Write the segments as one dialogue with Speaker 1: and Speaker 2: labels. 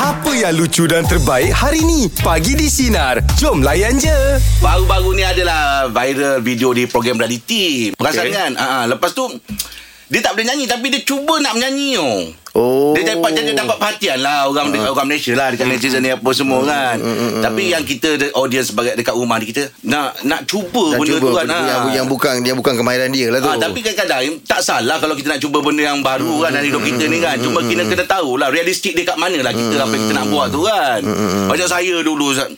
Speaker 1: Apa yang lucu dan terbaik hari ni? Pagi di Sinar. Jom layan je.
Speaker 2: Baru-baru ni adalah viral video di program reality. Perasan okay. kan? Ha, ha. lepas tu dia tak boleh nyanyi tapi dia cuba nak menyanyi oh.
Speaker 3: Oh. Ah. Hmm.
Speaker 2: Dia dapat dia dapat perhatian lah orang uh. orang Malaysia lah dekat netizen ni apa semua kan. Tapi yang kita the audience sebagai dekat rumah ni kita nak nak cuba
Speaker 3: Nak
Speaker 2: benda
Speaker 3: cuba
Speaker 2: tu kan.
Speaker 3: benda yang,
Speaker 2: ha.
Speaker 3: yang bukan yang bukan kemahiran dia lah tu.
Speaker 2: Ah, tapi kadang-kadang tak salah kalau kita nak cuba benda yang baru kan dalam hidup kita ni kan. Cuma kita kena tahulah realistik dia kat mana lah kita apa yang kita nak buat tu kan. Macam saya dulu Ustaz.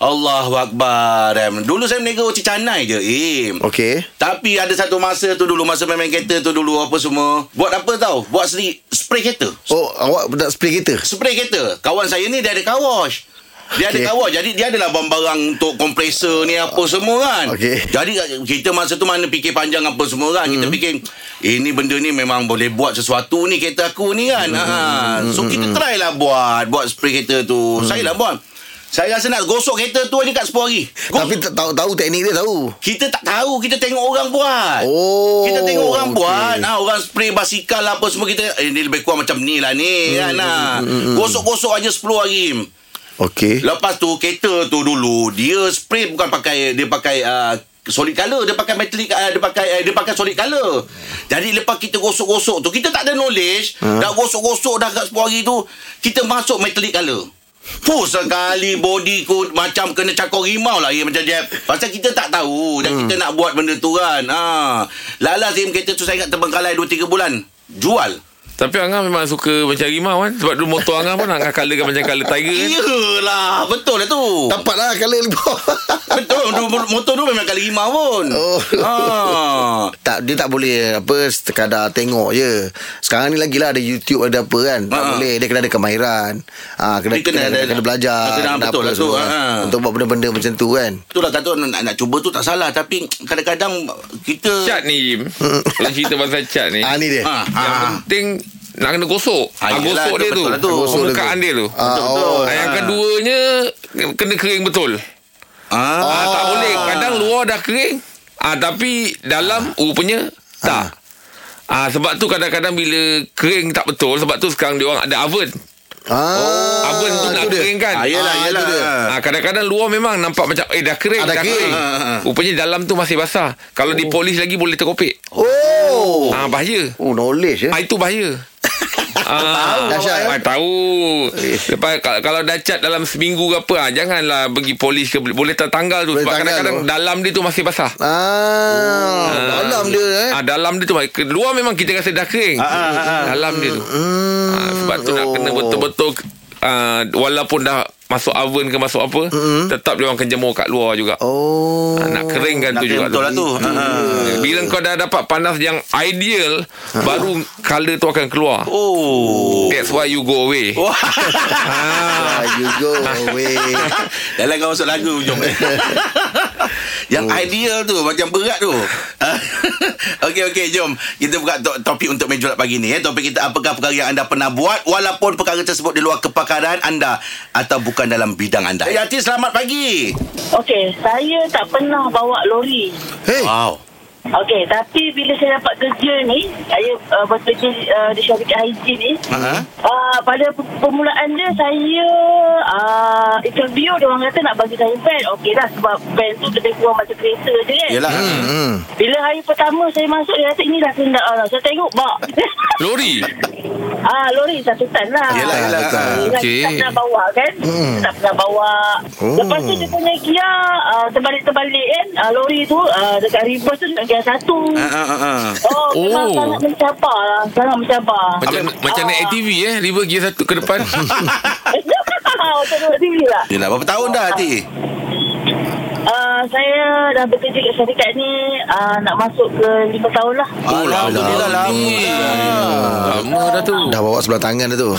Speaker 2: Allahu Akbar. em. Dulu saya meniaga uci canai je. Im.
Speaker 3: Okey.
Speaker 2: Tapi ada satu masa tu dulu masa main-main kereta tu dulu apa semua. Buat apa tau? Buat sendiri spray kereta.
Speaker 3: Oh, awak nak spray kereta?
Speaker 2: Spray kereta. Kawan saya ni dia ada car wash. Dia ada
Speaker 3: Okey.
Speaker 2: car wash Jadi dia adalah barang-barang Untuk kompresor ni Apa semua kan
Speaker 3: Okey. Hmm.
Speaker 2: Jadi kita masa tu Mana fikir panjang Apa semua kan Kita fikir Ini benda ni memang Boleh buat sesuatu ni Kereta aku ni kan
Speaker 3: Hmm,
Speaker 2: ha. So kita try lah buat Buat spray kereta
Speaker 3: Hmm.
Speaker 2: tu Saya lah buat Saya rasa nak gosok kereta tu aja Kat 10 hari Gosok.
Speaker 3: Tapi tak tahu tahu teknik dia tahu.
Speaker 2: Kita tak tahu Kita tengok orang buat
Speaker 3: Oh,
Speaker 2: Kita tengok orang
Speaker 3: okey.
Speaker 2: okay. buat nah, Orang spray basikal lah Apa semua kita Eh ni lebih kurang macam ni lah ni hmm, kan, nah. Gosok-gosok aja 10 hari
Speaker 3: Okey.
Speaker 2: Lepas tu Kereta tu dulu Dia spray bukan pakai Dia pakai uh, solid color dia pakai metallic uh, dia pakai uh, dia pakai solid color jadi lepas kita gosok-gosok tu kita tak ada knowledge hmm. dah gosok-gosok dah kat 10 hari tu kita masuk metallic color Fuh sekali body ku macam kena cakor rimau lah ya, macam jap. Pasal kita tak tahu dan kita nak buat benda tu kan. Ha. Lala sim kereta tu saya ingat terbengkalai 2 3 bulan. Jual.
Speaker 4: Tapi Angah memang suka macam rimau kan Sebab dulu motor Angah pun Angah colourkan macam colour tiger kan
Speaker 2: Iyalah, betul lah tu.
Speaker 3: Dapat lah kala lebih.
Speaker 2: Betul tu motor tu memang kali rimau pun.
Speaker 3: Oh.
Speaker 2: Ha.
Speaker 3: tak dia tak boleh apa sekadar tengok je. Sekarang ni lagi lah ada YouTube ada apa kan. Tak
Speaker 2: Ha.
Speaker 3: boleh dia kena ada kemahiran. Ah kena
Speaker 2: Dia kena
Speaker 3: kena,
Speaker 2: ada-
Speaker 3: kena, kena belajar.
Speaker 2: kena betul
Speaker 3: apa
Speaker 2: lah tu,
Speaker 3: semua kan.
Speaker 2: ha.
Speaker 3: Untuk buat benda-benda macam tu kan.
Speaker 2: Itulah lah kata orang nak, nak cuba tu tak salah tapi kadang-kadang kita
Speaker 4: Cat ni Jim Kalau cerita pasal cat ni
Speaker 3: Ah ni dia.
Speaker 2: Ha. ha.
Speaker 4: Yang penting Nak kena gosok
Speaker 2: Ah,
Speaker 4: ah,
Speaker 2: yelah,
Speaker 4: Gosok
Speaker 2: tu
Speaker 4: dia tu,
Speaker 2: betul lah tu.
Speaker 3: Gosok dia tu.
Speaker 4: Permukaan dia tu
Speaker 3: Ah,
Speaker 2: Betul,
Speaker 3: oh.
Speaker 2: betul.
Speaker 4: Ah, Yang
Speaker 2: Ah.
Speaker 4: keduanya Kena kering betul
Speaker 2: Ah.
Speaker 4: ah, Tak boleh Kadang luar dah kering ah, Tapi dalam rupanya Tak ah. Sebab tu kadang-kadang bila kering tak betul Sebab tu sekarang dia orang ada oven
Speaker 2: Oh,
Speaker 3: Ah,
Speaker 4: Oven tu nak
Speaker 3: tu dia.
Speaker 4: kering kan
Speaker 2: Ah, yelah,
Speaker 3: Ah,
Speaker 2: yelah.
Speaker 3: tu dia.
Speaker 4: Ha, kadang-kadang luar memang nampak macam eh dah kering
Speaker 3: Ah, dah
Speaker 4: dah,
Speaker 3: kering.
Speaker 4: kering.
Speaker 2: Ah, ah, ah.
Speaker 4: Rupanya dalam tu masih basah. Kalau dipolis lagi boleh terkopek.
Speaker 3: Oh.
Speaker 4: Ah bahaya.
Speaker 3: Oh knowledge ya.
Speaker 4: Ah itu bahaya. Ah,
Speaker 3: Dahsyat, eh?
Speaker 4: ah, tahu. Lepas ka- kalau dah cat dalam seminggu ke apa, ah, janganlah pergi polis ke boleh tertanggal tu
Speaker 3: Boleh
Speaker 4: sebab
Speaker 3: tanggal
Speaker 4: kadang-kadang
Speaker 3: tu.
Speaker 4: dalam dia tu masih basah.
Speaker 3: Ah, dalam dia eh. Ah,
Speaker 4: Ah dalam dia tu ke- luar memang kita rasa dah kering. Dalam dia tu. Ah, sebab tu nak kena
Speaker 3: Oh.
Speaker 4: betul-betul ah, walaupun dah masuk oven ke masuk apa, tetap dia orang akan jemur kat luar juga.
Speaker 3: Oh.
Speaker 4: Ah, nak keringkan
Speaker 2: Nak
Speaker 4: tu
Speaker 2: kena
Speaker 4: juga
Speaker 2: betul lah tu. Ha.
Speaker 3: Hmm.
Speaker 4: Bila kau dah dapat panas yang ideal Baru colour tu akan keluar
Speaker 2: Ah. Oh.
Speaker 4: That's why you go away
Speaker 3: Ah, you go away.
Speaker 2: Dalam lah kau masuk lagu jom. Yang oh. ideal tu macam berat tu. okey okey jom kita buka to- topik untuk meja bulat pagi ni eh. Topik kita apakah perkara yang anda pernah buat walaupun perkara tersebut di luar kepakaran anda atau bukan dalam bidang anda. Eh, Yati selamat pagi.
Speaker 5: Okey, saya tak pernah bawa lori.
Speaker 3: Hey,
Speaker 2: Eh. Wow.
Speaker 5: Okey, tapi bila saya dapat kerja ni, saya uh, bekerja uh, di syarikat haji ni.
Speaker 2: Ha.
Speaker 5: Uh, pada pe- permulaan dia saya uh, interview dia orang kata nak bagi saya van. Okey lah sebab van tu lebih kurang macam kereta je kan.
Speaker 2: Yalah.
Speaker 3: hmm.
Speaker 5: Bila hari pertama saya masuk dia kata inilah kenderaan. lah." Saya tengok bak.
Speaker 4: Lori
Speaker 5: Ah lori satu tan lah.
Speaker 2: Yelah, yelah. Ah,
Speaker 3: betul.
Speaker 4: Okey.
Speaker 5: Okay. Tak pernah bawa kan
Speaker 3: Hmm.
Speaker 5: Tak pernah bawa
Speaker 3: Oh.
Speaker 5: Lepas tu dia punya gear uh, Terbalik-terbalik kan uh, Lori tu uh, Dekat reverse tu nak gear satu
Speaker 2: Ha
Speaker 3: Ah.
Speaker 2: ha ha, ha.
Speaker 5: Oh, memang
Speaker 4: Oh.
Speaker 5: sangat mencabar lah Sangat mencabar
Speaker 4: Macam, macam naik ATV eh River gear satu ke depan
Speaker 5: Macam duduk TV lah
Speaker 2: Yelah berapa tahun dah Yati?
Speaker 5: uh, Saya dah bekerja kat syarikat ni uh, Nak masuk ke 5 tahun lah
Speaker 3: Ah.
Speaker 2: Oh,
Speaker 4: Oh,
Speaker 2: Alhamdulillah lama Oh, dah.
Speaker 4: Lama dah tu
Speaker 3: Dah bawa sebelah tangan dia tu.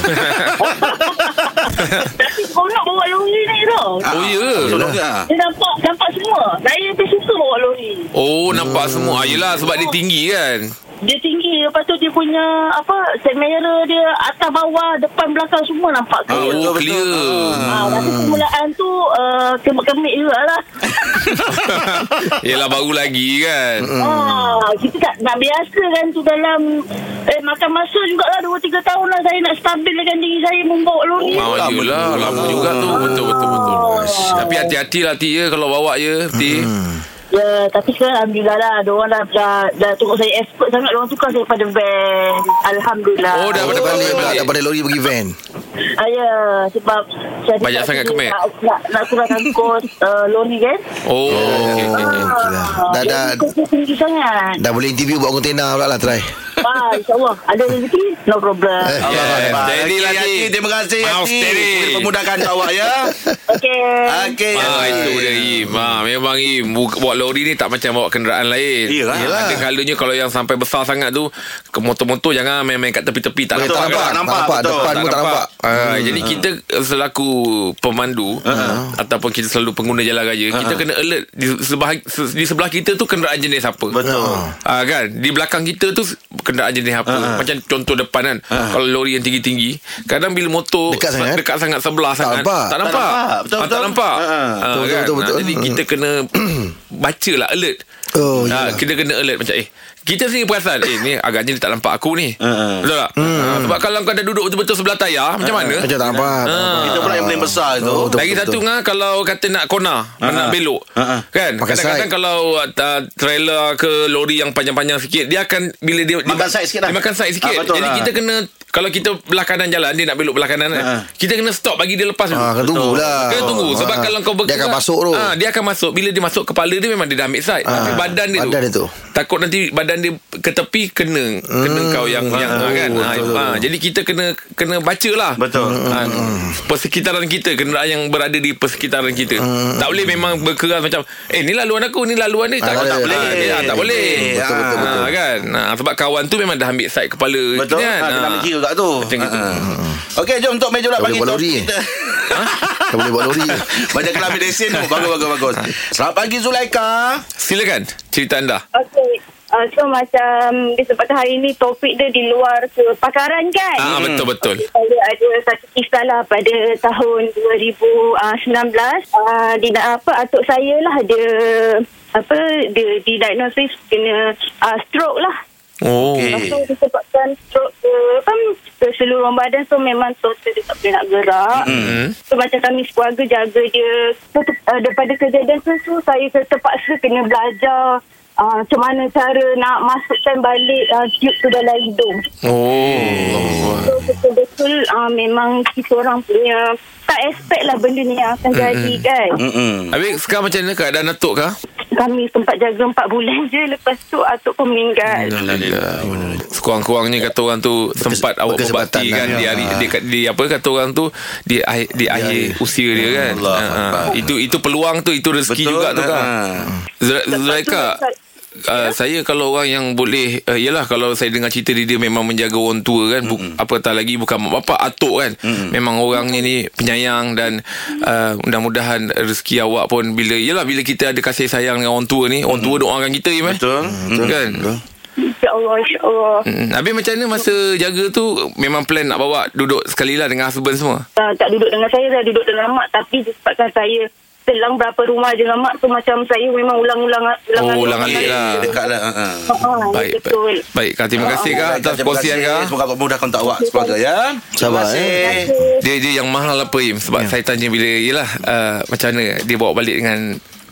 Speaker 5: Tapi seronok bawa lori ni tau
Speaker 4: Oh ya
Speaker 2: So, dah.
Speaker 5: Dia nampak nampak semua Saya lebih suka bawa lori
Speaker 4: Oh nampak semua ah, Yelah sebab dia tinggi kan
Speaker 5: Dia tinggi Lepas tu dia punya Apa Set mirror dia Atas bawah Depan belakang semua nampak
Speaker 4: Oh,
Speaker 5: clear
Speaker 2: betul, betul.
Speaker 4: clear.
Speaker 5: Ah,
Speaker 4: Hmm.
Speaker 5: masa permulaan tu uh, kemik-kemik juga lah.
Speaker 2: Ah.
Speaker 4: Yelah baru lagi kan.
Speaker 5: Ah, kita tak, tak biasa kan tu dalam eh, makan masa jugalah 2-3 tahun lah saya nak stabilkan diri saya membawa lori.
Speaker 2: Yelah,
Speaker 4: Ah, yelah,
Speaker 2: betul.
Speaker 4: lama juga tu. Betul, betul, betul.
Speaker 5: Ah.
Speaker 4: Tapi hati-hati lah T ya kalau bawa ya T.
Speaker 5: Ya, tapi sekarang Alhamdulillah lah. Diorang dah, dah, dah tengok saya expert sangat. Diorang tukar saya pada van. Alhamdulillah.
Speaker 4: Oh, dah
Speaker 3: Daripada,
Speaker 4: Boleh,
Speaker 3: daripada,
Speaker 4: boleh.
Speaker 3: daripada lori pergi van
Speaker 5: Ah, ya, sebab saya
Speaker 4: Banyak
Speaker 5: cakap
Speaker 4: sangat
Speaker 5: tadi
Speaker 4: kemik.
Speaker 5: Nak, nak, nak kurangkan kos uh, lori kan.
Speaker 4: Oh, okey, okey, okey.
Speaker 3: Okeylah.
Speaker 5: Ah,
Speaker 3: Eh, Dah- dah-
Speaker 5: jadi Kos dia tinggi sangat.
Speaker 3: Dah boleh interview buat kontena pula lah try
Speaker 5: Ah, insyaAllah. Ada rezeki? No problem.
Speaker 3: Eh.
Speaker 4: Yes, steady lah, T.
Speaker 2: Terima kasih
Speaker 4: Mau
Speaker 2: Yati.
Speaker 4: steady.
Speaker 2: Boleh Memudahkan awak ya
Speaker 5: Okay.
Speaker 2: Okey
Speaker 4: Ah,
Speaker 2: Yati.
Speaker 4: itu dia Im ah, Memang Im Buka, Bawa lori ni tak macam bawa kenderaan lain
Speaker 2: Yelah.
Speaker 4: Yelah. Ada kalanya kalau yang sampai besar sangat tu ke Motor-motor jangan main-main kat tepi-tepi Tak
Speaker 2: Betul,
Speaker 4: nampak
Speaker 2: tak
Speaker 4: kan?
Speaker 2: nampak. betul.
Speaker 3: Depan
Speaker 4: Tak
Speaker 3: pun tak nampak Hmm.
Speaker 4: Ah, Jadi kita eh, selaku pemandu
Speaker 3: Ah.
Speaker 4: Ataupun kita selalu pengguna jalan raya Kita kena alert di sebelah, se- di sebelah kita tu kenderaan jenis apa
Speaker 2: Betul.
Speaker 4: Ah kan Di belakang kita tu Kenderaan jenis apa
Speaker 3: Ah.
Speaker 4: Macam contoh depan kan Kalau lori yang tinggi-tinggi Kadang bila motor
Speaker 3: Dekat sangat.
Speaker 4: Dekat sangat sebelah
Speaker 3: Tak
Speaker 4: sangat
Speaker 3: nampak.
Speaker 4: Tak
Speaker 2: Tak
Speaker 4: nampak
Speaker 2: nampak. Betul,
Speaker 4: Ah, Tak
Speaker 2: betul.
Speaker 4: nampak
Speaker 2: Ha, ha.
Speaker 4: Ah,
Speaker 3: Betul,
Speaker 4: kan?
Speaker 3: betul, betul,
Speaker 4: Ah, Jadi
Speaker 3: betul.
Speaker 4: kita kena Baca lah alert
Speaker 3: Oh,
Speaker 4: Ah,
Speaker 3: yelah.
Speaker 4: Kita kena alert macam Eh kita sendiri perasan Eh ni agaknya dia tak nampak aku ni
Speaker 2: ha.
Speaker 4: Betul tak Ah, Sebab kalau kau dah duduk betul-betul sebelah tayar Macam mana
Speaker 3: Macam tak nampak tak nampak.
Speaker 2: Kita pula yang paling besar Ah, tu Ah,
Speaker 3: Oh, betul,
Speaker 4: lagi
Speaker 3: betul,
Speaker 4: Ah. satu
Speaker 3: betul.
Speaker 4: ngah kalau kata nak kona, uh nak belok.
Speaker 2: Ha-ha.
Speaker 4: Kan?
Speaker 3: Pakai
Speaker 4: Kadang-kadang
Speaker 3: side.
Speaker 4: kalau uh, trailer ke lori yang panjang-panjang sikit, dia akan bila dia
Speaker 2: Makan
Speaker 4: dia,
Speaker 2: side sikit lah.
Speaker 4: Dia makan side sikit.
Speaker 2: Ah, betul
Speaker 4: Jadi
Speaker 2: lah. Ah,
Speaker 4: kita kena kalau kita belah kanan jalan dia nak belok belah kanan kan.
Speaker 2: Ha-ha.
Speaker 4: Kita kena stop bagi dia lepas dulu.
Speaker 3: Ah, kena tunggu lah.
Speaker 4: Kena tunggu sebab
Speaker 3: Ah.
Speaker 4: kalau kau bergerak
Speaker 3: Dia akan masuk tu.
Speaker 4: Ah, dia akan masuk. Bila dia masuk kepala dia memang dia dah ambil side. Tapi badan dia
Speaker 3: badan dia tu.
Speaker 4: Takut nanti badan dia ke tepi kena kena kau yang yang ah, kan. Ah, ah, jadi kita kena kena baca lah.
Speaker 2: Betul.
Speaker 4: Ah, persekitaran kita kenderaan yang berada di persekitaran kita tak boleh memang berkeras macam eh ni laluan aku ni laluan ni tak,
Speaker 3: Ah,
Speaker 4: tak,
Speaker 3: tak
Speaker 4: boleh
Speaker 2: boleh.
Speaker 4: Ah, tak boleh
Speaker 2: Betul, betul,
Speaker 4: Ah,
Speaker 2: betul.
Speaker 4: kan Ah, sebab kawan tu memang dah ambil side kepala
Speaker 2: Betul
Speaker 4: kan
Speaker 2: ha, Kena
Speaker 4: Ah.
Speaker 2: ambil kira kat tu
Speaker 4: Macam gitu.
Speaker 2: Ha, ha. Okey jom untuk meja pula
Speaker 3: Tak
Speaker 2: bagi
Speaker 3: boleh buat lori.
Speaker 2: kita
Speaker 3: Tak boleh buat lori
Speaker 2: Banyak kena ambil lesen tu Bagus bagus bagus Selamat pagi Zulaika
Speaker 4: silakan cerita anda
Speaker 5: Okay. Uh, so macam disebabkan hari ni topik dia di luar kepakaran kan?
Speaker 4: ah, betul betul
Speaker 5: Saya ada satu kisah lah pada tahun 2019. Uh, di apa atuk saya lah dia apa dia didiagnosis kena uh, stroke lah.
Speaker 4: oh
Speaker 5: Lepas tu disebabkan stroke ke kan ke seluruh badan so memang total dia tak boleh nak gerak.
Speaker 4: Mm-mm.
Speaker 5: So macam kami sekeluarga jaga dia. So, te- uh, daripada kejadian tu, tu saya ke- terpaksa kena belajar uh, macam mana cara nak masukkan balik uh, tube tu dalam hidung.
Speaker 4: oh
Speaker 5: So betul-betul uh, memang kita orang punya tak expect lah benda ni yang akan jadi kan.
Speaker 2: Mm-mm.
Speaker 4: Habis sekarang macam mana keadaan Datuk kah?
Speaker 5: Kami sempat jaga 4 bulan je lepas tu atuk pun meninggal.
Speaker 4: Hmm. Sekurang-kurangnya kata orang tu sempat awak
Speaker 3: berkesempatan
Speaker 4: berbakti
Speaker 3: lah.
Speaker 4: kan di hari di, di, apa kata orang tu di akhir, di akhir usia dia kan.
Speaker 2: Allah
Speaker 4: Ah, ah.
Speaker 2: Akbar.
Speaker 4: itu itu peluang tu itu
Speaker 2: Betul,
Speaker 4: rezeki juga tu kan.
Speaker 2: ah.
Speaker 4: Zul- Zulaika
Speaker 5: Lepas tu,
Speaker 4: Uh, saya kalau orang yang boleh uh, Yelah kalau saya dengar cerita dia Dia memang menjaga orang tua kan bu- Apatah lagi bukan mak bapak Atuk kan Memang orangnya ni penyayang Dan uh, mudah-mudahan rezeki awak pun Bila Yelah bila kita ada kasih sayang dengan orang tua ni Orang tua doakan kita Im, eh?
Speaker 2: Betul.
Speaker 4: Betul kan Betul.
Speaker 5: InsyaAllah, insyaAllah.
Speaker 4: Mm, Habis macam mana masa jaga tu Memang plan nak bawa Duduk sekali lah dengan husband semua
Speaker 5: uh, tak duduk dengan saya saya duduk dengan mak tapi disebabkan saya selang berapa rumah dengan mak tu macam saya memang ulang-ulang ulangan
Speaker 4: Oh ulang alik lah
Speaker 2: Dekat lah ha, ha.
Speaker 5: Ah,
Speaker 4: Baik
Speaker 5: betul.
Speaker 4: Baik, baik. Kak, Terima kasih Kak
Speaker 2: Baik,
Speaker 4: Atas
Speaker 2: Ah, terima
Speaker 4: perkongsian
Speaker 2: kasih.
Speaker 4: Kak
Speaker 2: Semoga Allah mudahkan untuk awak sekeluarga ya
Speaker 3: Sabar,
Speaker 2: Terima
Speaker 3: eh.
Speaker 2: kasih.
Speaker 4: Dia dia yang mahal apa Im
Speaker 3: Ya.
Speaker 4: Sebab saya tanya bila Yelah uh, Macam mana Dia bawa balik dengan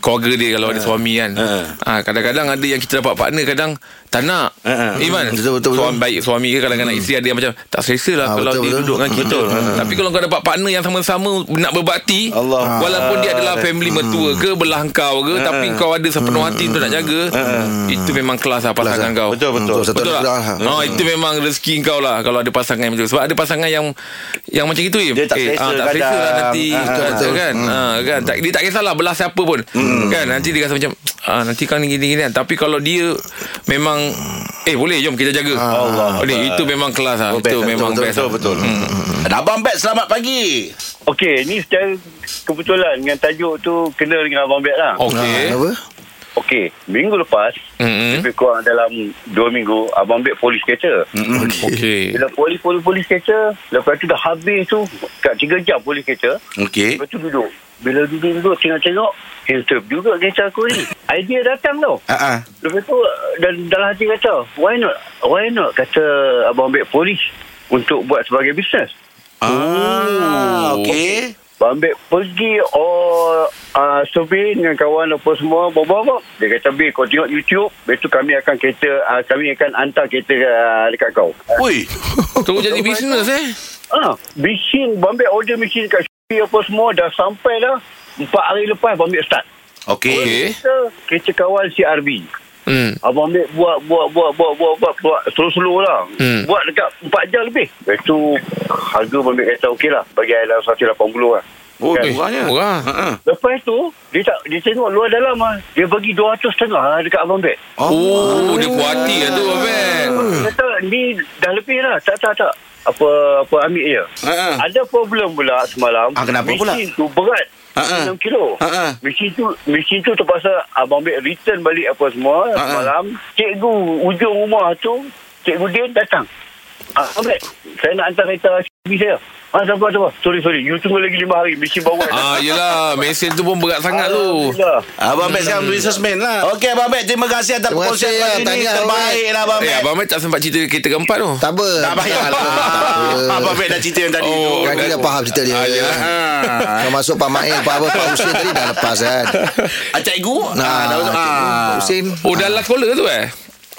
Speaker 4: Keluarga dia Kalau ada suami kan
Speaker 2: Ha.
Speaker 4: Ah, Kadang-kadang ada yang kita dapat partner Kadang tak nak
Speaker 2: Ha, ha.
Speaker 4: Iman
Speaker 3: Betul, betul, betul. Hmm.
Speaker 4: Suami baik suami ke Kadang-kadang isteri ada yang macam Tak selesa lah
Speaker 3: Ah, betul,
Speaker 4: Kalau dia
Speaker 3: betul. ha,
Speaker 4: duduk dengan kita Tapi kalau kau dapat partner Yang sama-sama Nak berbakti
Speaker 2: Allah.
Speaker 4: Walaupun dia adalah
Speaker 3: Ah.
Speaker 4: Family mertua ke Belah kau
Speaker 3: Ha,
Speaker 4: ke Tapi kau ada sepenuh hati Untuk
Speaker 3: Hmm.
Speaker 4: nak jaga Itu memang kelas lah Pasangan kau
Speaker 2: Betul betul. lah. Hmm.
Speaker 3: Betul, satu
Speaker 4: Betul tak?
Speaker 3: dah.
Speaker 4: Ha, itu memang rezeki kau lah kalau ada pasangan macam tu. Sebab ada pasangan yang yang macam itu Im.
Speaker 2: Dia tak selesa
Speaker 4: ah, tak
Speaker 2: kadang.
Speaker 4: selesa lah nanti
Speaker 2: Ah,
Speaker 4: betul, betul. kan. Ah, kan tak, dia tak kisahlah belah siapa pun.
Speaker 2: Hmm.
Speaker 4: Kan nanti dia rasa macam ah, nanti kan gini gini kan. Tapi kalau dia memang eh boleh jom kita jaga.
Speaker 2: Allah.
Speaker 4: Oh, ni, itu memang kelas lah.
Speaker 2: Ah. Oh, Betul,
Speaker 4: Itu memang
Speaker 2: betul,
Speaker 4: best.
Speaker 2: betul, betul. Hmm. Ada Abang Bet selamat pagi. Ah,
Speaker 6: Okey, ni secara kebetulan dengan tajuk tu kena dengan Abang Bet lah.
Speaker 4: Okey.
Speaker 3: Ah, Apa?
Speaker 6: Okey, minggu lepas
Speaker 4: Mm-mm.
Speaker 6: mm-hmm. lebih kurang dalam 2 minggu abang ambil polis kereta. Mm-hmm.
Speaker 4: Okey.
Speaker 6: Bila polis polis polis kereta, lepas tu dah habis tu kat 3 jam polis kereta.
Speaker 2: Okey.
Speaker 6: Lepas tu duduk. Bila duduk-duduk tengok-tengok, handsome juga kereta aku ni. Idea datang tau.
Speaker 2: Ha ah.
Speaker 6: Lepas tu dan dalam hati kata, why not? Why not kata abang ambil polis untuk buat sebagai bisnes.
Speaker 2: Ah, okey.
Speaker 6: Abang ambil pergi or uh, survey dengan kawan apa semua bawa-bawa. Dia kata, "Bil, kau tengok YouTube, besok kami akan kereta uh, kami akan hantar kereta uh, dekat kau."
Speaker 2: Oi.
Speaker 4: Terus jadi bisnes eh.
Speaker 6: Ah, mesin Bombay order mesin kat Shopee apa semua dah sampai dah. Empat hari lepas Bombay start.
Speaker 2: Okey.
Speaker 4: Okey.
Speaker 6: Kita, kereta kawal CRB.
Speaker 4: Hmm.
Speaker 6: Abang Mek buat buat buat buat buat buat buat slow-slow lah.
Speaker 4: Hmm.
Speaker 6: Hmm. Buat dekat 4 jam lebih. Lepas tu harga Abang Mek kata okey lah. Bagi saya dalam 180 lah.
Speaker 2: Oh,
Speaker 6: Kan?
Speaker 2: murahnya.
Speaker 4: Murah.
Speaker 2: Ha ah.
Speaker 6: Lepas tu dia tak dia tengok luar dalam ah. Dia bagi 200 setengah lah dekat Abang Mek.
Speaker 4: Oh, dia puas hati kan tu Abel.
Speaker 2: Hmm.
Speaker 6: Dia kata ni dah lebih lah. Tak tak tak. Apa apa ambil je.
Speaker 2: Ha ah.
Speaker 6: Ada problem pula semalam.
Speaker 2: Ah, kenapa pula?
Speaker 6: Mesin tu berat.
Speaker 2: Ah, ah.
Speaker 6: 6 kilo.
Speaker 2: Ah, ah.
Speaker 6: Mesin tu mesin tu terpaksa abang Bek return balik apa semua
Speaker 2: ah.
Speaker 6: semalam. Cikgu ujung rumah tu, cikgu dia datang. Ah, Abang Bek, saya nak hantar kereta CB saya. Ah, sabar, sabar. Sorry, sorry. You tunggu lagi 5 hari. Mesin bawa.
Speaker 4: Ah, yelah. Mesin tu pun berat sangat tu.
Speaker 6: Alhamdulillah.
Speaker 2: Abang Mat sekarang businessman lah. Okey Abang Mat, terima kasih atas
Speaker 3: Terima
Speaker 2: perkongsian
Speaker 3: kasih,
Speaker 2: pagi ni.
Speaker 3: tahniah, Abang Mat.
Speaker 2: Terbaiklah Abang
Speaker 4: Eh,
Speaker 2: Mat.
Speaker 4: Abang Mat tak sempat cerita kereta keempat tu.
Speaker 3: Tak apa.
Speaker 2: Tak payah
Speaker 3: Tak
Speaker 2: lah.
Speaker 3: apa.
Speaker 2: Abang Mat dah cerita yang tadi tu.
Speaker 4: Oh,
Speaker 3: Kaki dah faham cerita dia.
Speaker 4: Ah, yelah.
Speaker 3: Kau masuk Pak Mail, Pak apa, Pak Husin tadi dah lepas kan.
Speaker 2: Ah, cikgu?
Speaker 3: Nah,
Speaker 2: Ah, dah masuk.
Speaker 3: Pak
Speaker 2: Ah.
Speaker 3: Husin.
Speaker 4: Oh, dah last caller tu eh?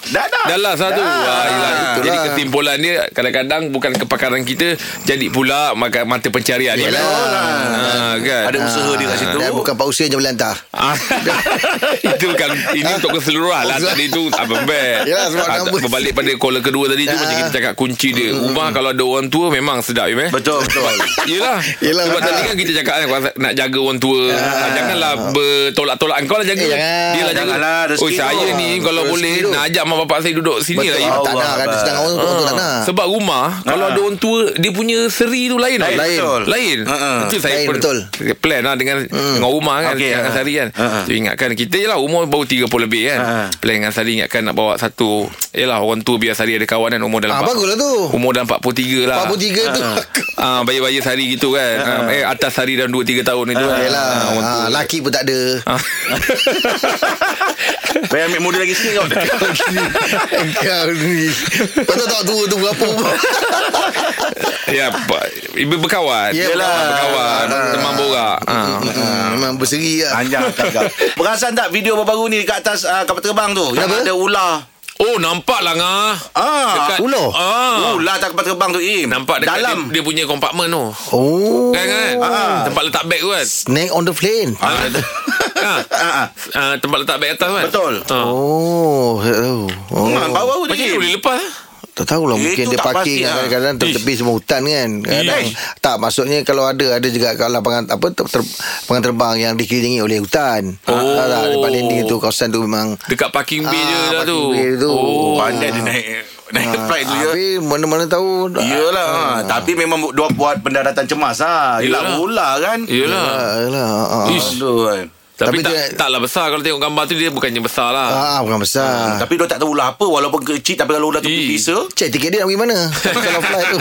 Speaker 2: Dah dah.
Speaker 4: Dah last lah tu. Ah, yelah.
Speaker 3: itulah.
Speaker 4: Jadi kesimpulan dia kadang-kadang bukan kepakaran kita jadi pula maka- mata pencarian. Yelah. Ah, kan?
Speaker 2: Ada usaha dia kat situ.
Speaker 3: Dan Ah, bukan Pak Husin je boleh hantar.
Speaker 4: Ah, itu bukan ini untuk keseluruhan lah tadi tu apa best
Speaker 3: Yalah, sebab
Speaker 4: Ah,
Speaker 3: kamu-
Speaker 4: berbalik pada caller kedua tadi tu macam kita cakap kunci dia rumah kalau ada orang tua memang sedap ya eh?
Speaker 2: Betul, betul.
Speaker 4: Yelah.
Speaker 3: Yelah,
Speaker 4: Sebab
Speaker 3: betul.
Speaker 4: tadi kan kita cakap kan pasal nak jaga orang tua. Ah. Janganlah bertolak-tolak. Kau lah jaga.
Speaker 3: Eh, jangan.
Speaker 4: Dia lah jaga.
Speaker 2: Janganlah, rezeki
Speaker 4: oh, saya
Speaker 2: tu.
Speaker 4: ni kalau
Speaker 3: Rezeki
Speaker 4: boleh
Speaker 3: tu.
Speaker 4: nak ajak mak bapak saya duduk sini
Speaker 3: Betul.
Speaker 4: lah.
Speaker 3: Ah,
Speaker 4: Im.
Speaker 3: Tak nak kan.
Speaker 2: Allah.
Speaker 3: Sedang orang orang tu tak nak.
Speaker 4: Ah. Sebab rumah Kalau ada orang tua Dia punya seri tu lain
Speaker 2: Lain,
Speaker 4: tau.
Speaker 2: Lain. betul.
Speaker 4: Lain
Speaker 2: Ha-ha.
Speaker 4: Itu saya
Speaker 3: Lain,
Speaker 4: pun
Speaker 3: betul. Hmm.
Speaker 4: Plan lah dengan Dengan rumah kan
Speaker 2: Okey,
Speaker 4: Dengan
Speaker 2: ha-ha.
Speaker 4: Sari kan
Speaker 2: Ha-ha.
Speaker 4: Tu ingatkan Kita je lah umur baru 30 lebih kan
Speaker 2: Ha-ha.
Speaker 4: Plan dengan Sari ingatkan Nak bawa satu Yelah orang tua biar Sari ada kawan kan Umur dalam
Speaker 3: Ah,
Speaker 4: empat-
Speaker 3: baguslah tu.
Speaker 4: Umur dalam 43 lah
Speaker 3: 43 tu.
Speaker 4: Ah, bayi-bayi sehari gitu kan. Ah, eh atas hari dalam 2 3 tahun itu. kan.
Speaker 3: Yelah.
Speaker 4: Ah, orang
Speaker 3: Ah,
Speaker 4: tua.
Speaker 3: laki pun tak ada.
Speaker 4: Ah.
Speaker 2: Bayar ambil muda lagi sikit kau.
Speaker 3: Kau Ya, ni. Patut tak tua tu berapa pun.
Speaker 4: ya, apa- ibu berkawan.
Speaker 3: Ya, Yelah.
Speaker 4: berkawan, teman borak. Ah.
Speaker 3: Hmm, Memang berseri lah.
Speaker 2: Anjang kau. Perasan tak video baru-baru ni dekat atas uh, kapal terbang tu? Yang
Speaker 3: Kenapa?
Speaker 2: ada ular.
Speaker 4: Oh, nampaklah ngah.
Speaker 2: Ah,
Speaker 4: Dekat
Speaker 3: ular?
Speaker 4: Ah.
Speaker 2: Ular tak kapal terbang tu im.
Speaker 4: Nampak dekat
Speaker 2: dalam.
Speaker 4: Dia, dia punya kompartmen tu.
Speaker 3: Oh.
Speaker 4: Kan kan? Ah. Tempat letak beg tu kan.
Speaker 3: Snake on the plane.
Speaker 4: Ah. Ah.
Speaker 2: Ah, ah.
Speaker 4: Ah, tempat letak beg atas kan.
Speaker 2: Betul.
Speaker 4: Ah.
Speaker 3: Oh, tak tahu. Oh.
Speaker 2: Ah, baru-baru
Speaker 4: Macam
Speaker 2: ni.
Speaker 4: mana boleh lepas?
Speaker 3: Tak
Speaker 2: Eh,
Speaker 3: tahulah mungkin
Speaker 2: tu
Speaker 3: dia
Speaker 2: tak
Speaker 3: parking
Speaker 2: pasti,
Speaker 3: kan,
Speaker 2: ah.
Speaker 3: kadang-kadang tepi semua hutan kan. Kadang,
Speaker 2: Ish.
Speaker 3: tak maksudnya kalau ada ada juga kat lapangan apa ter, ter, lapangan terbang yang dikelilingi oleh hutan.
Speaker 4: Oh.
Speaker 3: Tak tak lepas landing tu kawasan tu memang
Speaker 4: Dekat parking bay
Speaker 3: Ah,
Speaker 4: je dah tu.
Speaker 3: parking bay tu. Ah.
Speaker 4: Oh.
Speaker 2: Pandai dia naik naik flight tu ya.
Speaker 3: Tapi mana-mana tahu
Speaker 2: Iyalah. ha. Tapi memang dua buat pendaratan cemas ah.
Speaker 4: Yelah.
Speaker 2: Yelah ular kan.
Speaker 4: Yelah.
Speaker 3: Ah, Yalah. ah.
Speaker 4: Ish.
Speaker 2: Aduh. kan.
Speaker 4: Tapi,
Speaker 3: Tapi
Speaker 4: tak,
Speaker 3: dia-
Speaker 4: taklah besar Kalau tengok gambar tu Dia bukannya besar lah
Speaker 3: Ah, ah, bukan besar.
Speaker 2: Tapi dia tak tahu ular apa walaupun kecil tapi kalau ular tu
Speaker 4: Ih.
Speaker 2: bisa.
Speaker 3: Cek tiket dia nak pergi mana Kalau flight tu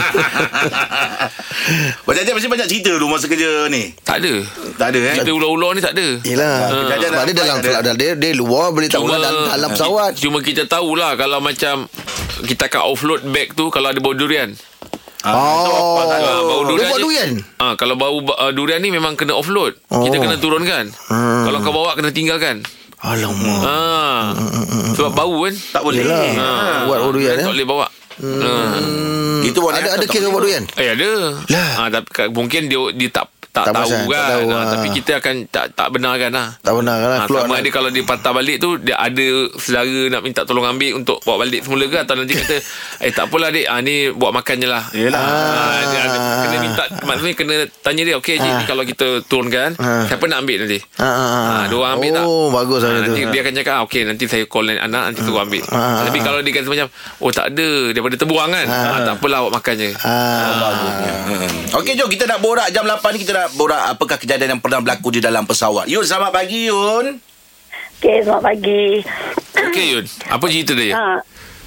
Speaker 2: Macam macam banyak cerita dulu masa kerja ni.
Speaker 4: Tak ada
Speaker 2: Tak ada eh.
Speaker 4: Cerita ular-ular ni tak ada
Speaker 3: Yelah
Speaker 2: Ah.
Speaker 3: Sebab dia dalam flight dah. Dia, dia luar boleh tak ulang dalam, dalam pesawat
Speaker 4: Cuma kita tahulah Kalau macam Kita akan offload bag tu Kalau ada bau durian
Speaker 3: Oh
Speaker 4: Ah, bau
Speaker 3: Dia
Speaker 4: durian
Speaker 3: buat
Speaker 4: je-
Speaker 3: durian
Speaker 4: Ah, Kalau bau uh, durian ni Memang kena offload
Speaker 3: Oh. Hmm.
Speaker 4: Kita kena turunkan Kalau kau bawa Kena tinggalkan
Speaker 3: Alamak
Speaker 4: ah. Sebab bau kan
Speaker 2: Tak boleh. Hmm.
Speaker 3: Yelah
Speaker 4: Ah.
Speaker 3: Buat bau durian
Speaker 4: Durian
Speaker 3: eh?
Speaker 4: Tak boleh bawa hmm.
Speaker 3: Hmm.
Speaker 2: Itu warna
Speaker 3: Ada
Speaker 2: atas
Speaker 3: ada
Speaker 2: tak
Speaker 3: kes buat durian
Speaker 4: Eh ada
Speaker 3: Lah.
Speaker 4: ah, tapi, ka- Mungkin dia, dia tak tak,
Speaker 3: Tak
Speaker 4: tahu
Speaker 3: perasan,
Speaker 4: kan
Speaker 3: tak tahu,
Speaker 4: ah,
Speaker 3: ah.
Speaker 4: Tapi kita akan Tak, tak benarkan lah
Speaker 3: Tak benar kan
Speaker 4: Ha,
Speaker 3: Keluar
Speaker 4: sama ada kalau dia patah balik tu Dia ada saudara nak minta tolong ambil Untuk bawa balik semula ke Atau nanti kata Eh tak apalah adik ha, Ni buat makan je lah
Speaker 2: Yelah.
Speaker 4: ha, dia, ada- Kena minta Maksudnya kena tanya dia Okey cik ni kalau kita turunkan
Speaker 3: Ah.
Speaker 4: Siapa nak ambil nanti
Speaker 3: Ah, ah, ah.
Speaker 4: ha, Dia orang ambil
Speaker 3: oh,
Speaker 4: tak
Speaker 3: bagus
Speaker 4: Ah,
Speaker 3: lah tu.
Speaker 4: nanti dia akan cakap ah, Okey nanti saya call lain anak Nanti suruh ambil
Speaker 3: Ah.
Speaker 4: Tapi kalau dia kata macam Oh tak ada Daripada terbuang kan ah, Tak apalah awak makan je
Speaker 3: Ah.
Speaker 2: Hmm. Okey jom kita nak borak jam 8 ni kita nak borak apakah kejadian yang pernah berlaku di dalam pesawat. Yun selamat pagi Yun.
Speaker 5: Okey, selamat pagi.
Speaker 4: Okey Yun Apa cerita dia?
Speaker 5: Ha,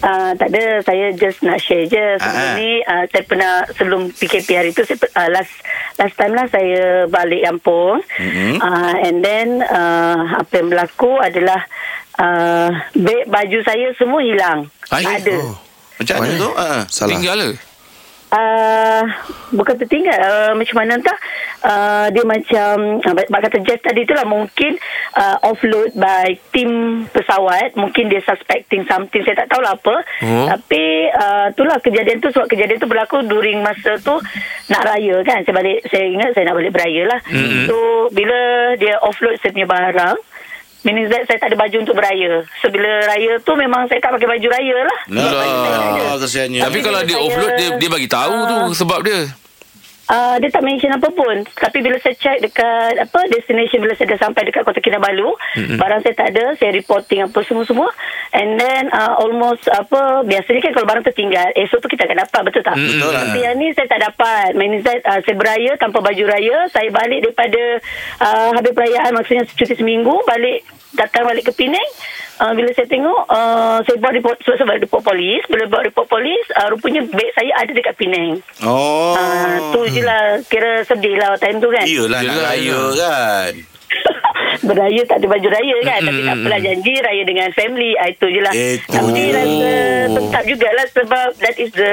Speaker 5: uh, tak ada saya just nak share je sebelum
Speaker 2: Ah, ah.
Speaker 5: ni uh, saya pernah sebelum PKP hari tu saya uh, last last time lah saya balik kampung mm-hmm. uh, and then uh, apa yang berlaku adalah uh, beg baju saya semua hilang
Speaker 2: Ai.
Speaker 5: ada
Speaker 4: Oh.
Speaker 2: Macam mana tu? Ha.
Speaker 3: Salah.
Speaker 4: Tinggal ke?
Speaker 5: Uh, bukan tertinggal uh, macam mana entah uh, dia macam uh, bak kata Jess tadi itulah mungkin uh, offload by tim pesawat mungkin dia suspecting something saya tak tahulah apa
Speaker 4: Oh.
Speaker 5: oh. tapi uh, itulah kejadian tu sebab kejadian tu berlaku during masa tu nak raya kan saya balik saya ingat saya nak balik beraya lah mm-hmm. so bila dia offload saya punya barang Meaning that saya tak ada baju untuk beraya So bila raya tu memang saya tak pakai baju raya lah Ah,
Speaker 2: Lah, kesiannya.
Speaker 4: Tapi kalau dia
Speaker 5: Saya-
Speaker 4: offload dia dia bagi tahu tu sebab dia.
Speaker 5: Uh, dia tak mention apa pun Tapi bila saya check dekat apa Destination bila saya dah sampai dekat Kota Kinabalu mm-hmm. Barang saya tak ada Saya reporting apa semua-semua And then uh, almost apa Biasanya kan kalau barang tertinggal Esok tu kita akan dapat betul tak?
Speaker 2: Betul lah.
Speaker 5: Tapi yang ni saya tak dapat Maksudnya saya, uh, saya beraya tanpa baju raya Saya balik daripada uh, Habis perayaan maksudnya cuti seminggu Balik datang balik ke Penang uh, Bila saya tengok uh, Saya buat report Sebab saya buat report polis Bila buat report polis uh, Rupanya beg saya ada dekat Penang
Speaker 2: Oh.
Speaker 5: Ah, tu je lah Kira sedih lah Time tu kan
Speaker 2: Iyalah nak
Speaker 4: Yelah,
Speaker 2: raya
Speaker 4: yelah.
Speaker 2: kan.
Speaker 5: Beraya tak ada baju raya kan Tapi tak apalah janji Raya dengan family ah, Itu je lah
Speaker 2: Hmm. Itu.
Speaker 5: Tapi rasa Tetap jugalah Sebab That is the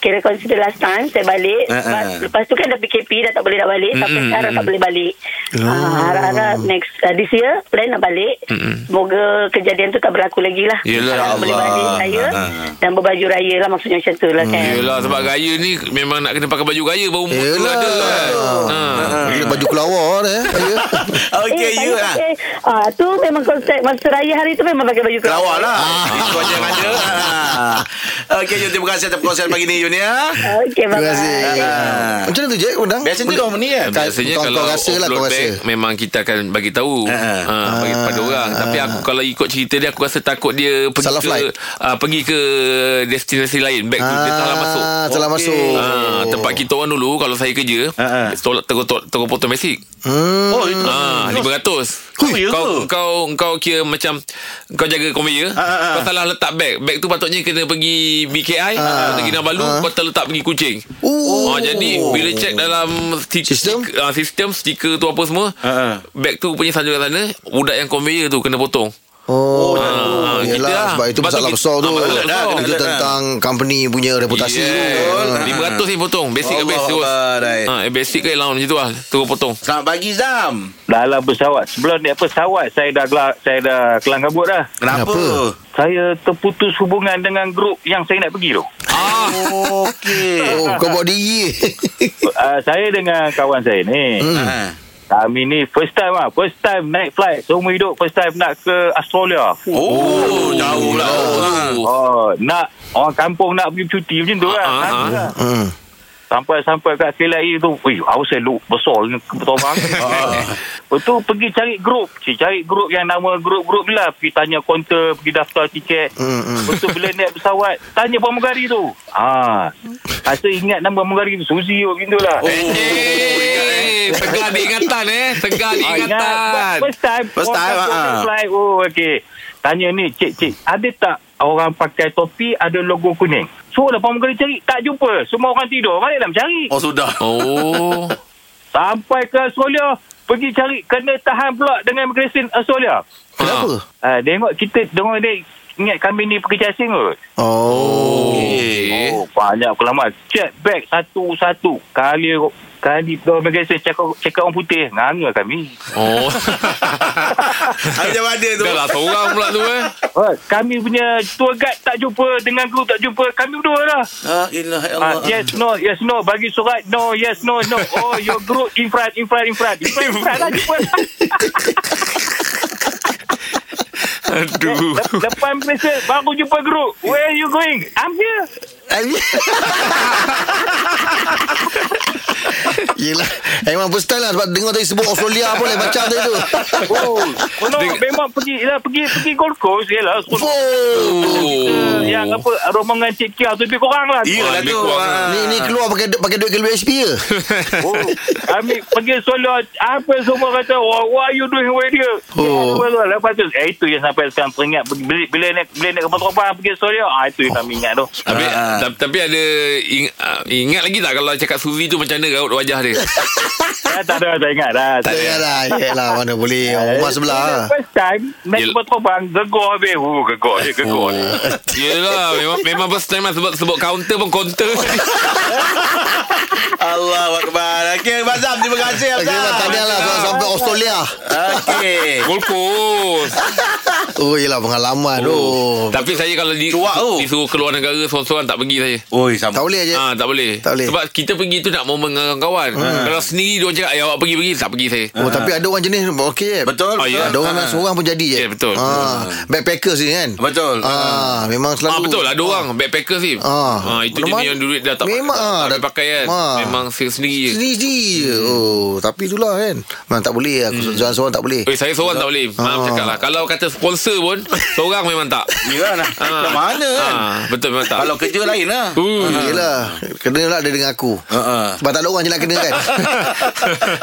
Speaker 5: Kira consider last time Saya balik
Speaker 2: Ah, Hmm, ah.
Speaker 5: Lepas, lepas tu kan dah PKP Dah tak boleh nak balik Tapi sekarang tak boleh balik
Speaker 2: Oh.
Speaker 5: Ah, Harap-harap Next ah, This year Plan nak balik
Speaker 2: Hmm,
Speaker 5: Semoga kejadian tu tak berlaku lagi lah
Speaker 4: Yelah,
Speaker 5: Harap boleh
Speaker 2: Allah.
Speaker 5: balik saya
Speaker 2: Ah, ah. Hmm.
Speaker 5: Dan berbaju raya lah Maksudnya macam tu lah kan
Speaker 4: Yelah sebab raya ni memang nak kena pakai baju raya baru mood tu
Speaker 3: Yelah.
Speaker 4: ada kan. Ha.
Speaker 3: Dia Baju kelawar eh. Ya.
Speaker 2: Okey,
Speaker 5: Eh, saya
Speaker 2: you lah.
Speaker 5: pakai, ah, tu memang konsep masa raya hari tu memang pakai baju
Speaker 2: Kelawar lah. Itu aja yang ada. Ah. Okey, Yun. Terima kasih atas perkongsian pagi ni, Yun. Ya.
Speaker 5: Okey,
Speaker 3: Terima
Speaker 5: bye-bye.
Speaker 3: kasih.
Speaker 2: Ah.
Speaker 3: Macam mana tu Jack undang?
Speaker 2: Biasanya dah ni kan.
Speaker 3: Kan,
Speaker 4: Biasanya
Speaker 3: kau-
Speaker 4: kalau
Speaker 3: kau rasa lah, kau
Speaker 4: upload
Speaker 3: rasa. Ah.
Speaker 4: back, Memang kita akan bagi tahu
Speaker 2: Ha, ha.
Speaker 4: ha, bagi pada orang Tapi aku kalau ikut cerita dia Aku rasa takut dia pergi
Speaker 3: Salah
Speaker 4: ke
Speaker 3: flight.
Speaker 4: ah, Pergi ke destinasi lain Back to dia salah masuk
Speaker 3: Ah, Salah
Speaker 2: Okey.
Speaker 3: masuk.
Speaker 4: Ah, tempat kita orang dulu Kalau saya kerja
Speaker 2: Ha, ha.
Speaker 4: Tolak terus terus potong basic
Speaker 3: Hmm.
Speaker 2: Oh, itu.
Speaker 4: Ah,
Speaker 2: Terus.
Speaker 4: 500.
Speaker 2: Oh, ya ke?
Speaker 4: Kau kau kau kira macam kau jaga konveyor,
Speaker 2: ah, ah.
Speaker 4: kau salah letak beg. Beg tu patutnya kena pergi BKI, ah, pergi Kinabalu, kau terletak pergi Kuching.
Speaker 3: Oh.
Speaker 4: Ah, jadi bila check dalam sti-
Speaker 3: Sistem?
Speaker 4: stik- ah, sistem stiker tu apa semua,
Speaker 2: Ah, ah.
Speaker 4: beg tu punya sanjung kat sana, budak yang konveyor tu kena potong.
Speaker 3: Oh,
Speaker 4: Ah, kita lah.
Speaker 3: yelah, sebab itu
Speaker 4: Lepas tu
Speaker 3: masalah
Speaker 4: kita-
Speaker 3: besar tu.
Speaker 4: Ah, masalah
Speaker 2: besar.
Speaker 3: Itu
Speaker 2: Dah, dah,
Speaker 3: tentang company punya reputasi
Speaker 4: Yeah.
Speaker 3: tu.
Speaker 4: 500 ni potong Basic ke
Speaker 2: Allah
Speaker 4: base terus
Speaker 2: Akbar, right.
Speaker 4: ha, Basic ke allowance macam tu lah Terus potong
Speaker 2: Selamat pagi, Zam.
Speaker 6: Dalam pesawat Sebelum naik pesawat Saya dah gelak, saya dah kelang kabut dah
Speaker 2: Kenapa?
Speaker 3: Kenapa?
Speaker 6: Saya terputus hubungan dengan grup Yang saya nak pergi tu
Speaker 4: Ah,
Speaker 2: Okey.
Speaker 3: Oh, kau bawa diri.
Speaker 6: uh, Saya dengan kawan saya ni
Speaker 3: Hmm.
Speaker 2: Ah.
Speaker 6: Kami ni first time lah First time naik flight Seumur hidup first time nak ke Australia
Speaker 2: Oh, jauh lah.
Speaker 4: oh.
Speaker 6: Oh, nak orang kampung nak pergi cuti macam tu
Speaker 4: Ah,
Speaker 6: lah.
Speaker 4: ah,
Speaker 6: Nanti
Speaker 4: ah.
Speaker 6: lah.
Speaker 3: Hmm.
Speaker 6: Sampai-sampai kat KLIA tu, wih, haus saya look besar ni bertobang. Ah. Lepas tu pergi cari grup. Cik, cari grup yang nama grup-grup ni lah. Pergi tanya kaunter, pergi daftar tiket.
Speaker 3: Hmm, hmm.
Speaker 6: Lepas tu bila naik pesawat, tanya pramugari tu. Ah, Rasa ingat nama pramugari tu, Suzy kot macam tu lah.
Speaker 2: Oh.
Speaker 4: Eh, Segar di ingatan eh Segar di
Speaker 6: Ah,
Speaker 4: ingatan
Speaker 6: First time.
Speaker 2: First time,
Speaker 6: Orang kampung
Speaker 2: ah.
Speaker 6: naik flight. Oh, okey. Tanya ni, cik-cik, ada tak orang pakai topi ada logo kuning? So, lah pramugari cari, tak jumpa. Semua orang tidur. Baliklah mencari.
Speaker 2: Oh, sudah.
Speaker 4: Oh
Speaker 6: Sampai ke Australia, pergi cari, kena tahan pula dengan immigration Australia.
Speaker 3: Kenapa?
Speaker 6: Ah, tengok kita, dengar dia, ingat kami ni pekerja asing kot.
Speaker 4: Ah.
Speaker 3: Oh.
Speaker 4: Okay
Speaker 6: Oh, banyak kelamat. Check back satu-satu. Kali kali pegang immigration check out, check out orang putih. Nganga kami.
Speaker 4: Oh
Speaker 2: Macam mana tu?
Speaker 4: Dah lah seorang pula tu eh
Speaker 6: Oh, kami punya tour guide tak jumpa dengan guru tak jumpa. Kami berdua lah.
Speaker 2: Ah, ilah, ya
Speaker 6: Ah,
Speaker 2: Allah.
Speaker 6: yes, no, yes, no. Bagi surat, no, yes, no, no. Oh, your group in front, in front, in front. In front, in front lah jumpa.
Speaker 4: Aduh
Speaker 6: Eh, Lep- Depan presen, baru jumpa group. Where
Speaker 3: Eh,
Speaker 6: you
Speaker 3: ya.
Speaker 6: going? I'm here.
Speaker 3: Yelah Memang first time lah Sebab dengar tadi sebut Australia apa lain macam tadi tu
Speaker 6: Oh, kalau memang pergi lah pergi pergi Gold Coast je lah. So,
Speaker 4: Oh.
Speaker 6: yang Ya, apa rombongan Cik Kia tu lebih kurang lah.
Speaker 2: Yelah
Speaker 4: lebih
Speaker 2: tu
Speaker 4: kurang.
Speaker 2: ah.
Speaker 3: Ni ni keluar pakai du- pakai duit keluar HP ke?
Speaker 6: Oh, ambil pergi solo apa semua kata what, what are you doing with dia
Speaker 3: Oh.
Speaker 6: oh. lepas tu eh itu yang sampai sekarang teringat bila bila nak bila nak kapal terbang pergi solo ah itu yang kami ingat tu
Speaker 4: Tapi,
Speaker 2: Ah.
Speaker 4: tapi, tapi ada ing, ah, ingat lagi tak kalau cakap Suzy tu macam mana raut wajah dia?
Speaker 6: ah, tak ada tak ingat dah
Speaker 3: Tak ada lah Yelah mana boleh Orang rumah sebelah ah.
Speaker 6: Eh, First time Naik
Speaker 4: Yelah.
Speaker 6: kapal terbang Gegor habis Oh gegor dia gegor dia
Speaker 4: Yelah memang, memang first time lah sebab, sebut counter pun counter.
Speaker 2: Allah Akbar Okey Abang Zam Terima kasih Abang
Speaker 3: Okay,
Speaker 2: Zam
Speaker 3: tahniah lah sebab sampai Australia.
Speaker 2: Okey
Speaker 4: Gold Coast.
Speaker 3: Oh, yelah pengalaman. Oh.
Speaker 4: Oh. Tapi saya kalau di,
Speaker 2: Cuak tu.
Speaker 4: disuruh keluar negara seorang-seorang tak pergi saya.
Speaker 2: Oi
Speaker 3: Tak
Speaker 2: sama
Speaker 3: boleh je.
Speaker 4: Ah tak boleh.
Speaker 3: Tak boleh. Ah.
Speaker 4: Sebab kita pergi tu nak momen dengan kawan-kawan. Hmm. Kalau sendiri dia orang cakap, "Ya awak pergi pergi." Tak pergi saya.
Speaker 3: Oh, tapi ada orang jenis okey je.
Speaker 2: Betul, Ah.
Speaker 4: Oh, ya.
Speaker 3: Ada orang yang seorang pun jadi je.
Speaker 4: Ya, betul.
Speaker 3: Ah, backpackers ni kan.
Speaker 2: Betul.
Speaker 3: Ah, memang selalu.
Speaker 4: Ah betul lah ada orang backpacker sih.
Speaker 3: Ah.
Speaker 4: Ah, itu
Speaker 3: Memang-
Speaker 4: jenis yang duit dah tak
Speaker 3: memang, ah,
Speaker 4: tak,
Speaker 3: dah-
Speaker 4: tak pakai kan.
Speaker 3: Ah.
Speaker 4: Memang se- sendiri je.
Speaker 3: Sendiri je. Oh, tapi itulah kan. Memang tak boleh aku hmm. seorang tak boleh.
Speaker 4: Eh saya seorang tak boleh Maaf
Speaker 3: Ah.
Speaker 4: cakap lah Kalau kata sponsor pun Seorang memang tak
Speaker 2: Ya lah Macam mana kan
Speaker 4: Ah, Betul memang tak
Speaker 2: Kalau kerja lain lah
Speaker 4: uh.
Speaker 3: Yelah Kena lah dia dengan aku
Speaker 2: Ha-ha.
Speaker 3: Sebab tak ada orang je nak kena kan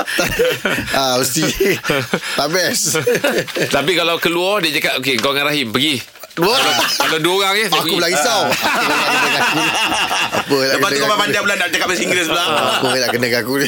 Speaker 3: Ah, Mesti Tak best
Speaker 4: Tapi kalau keluar Dia cakap Okay kau dengan Rahim Pergi Kalau dua orang je saya
Speaker 3: Aku
Speaker 4: pergi.
Speaker 3: pula risau Apa nak
Speaker 2: Lepas tu kau
Speaker 3: kena
Speaker 2: Ha.
Speaker 3: dengan
Speaker 2: pandai
Speaker 3: aku
Speaker 2: pula Nak cakap bahasa Inggeris pula
Speaker 3: ni? Apa nak kena dengan aku ni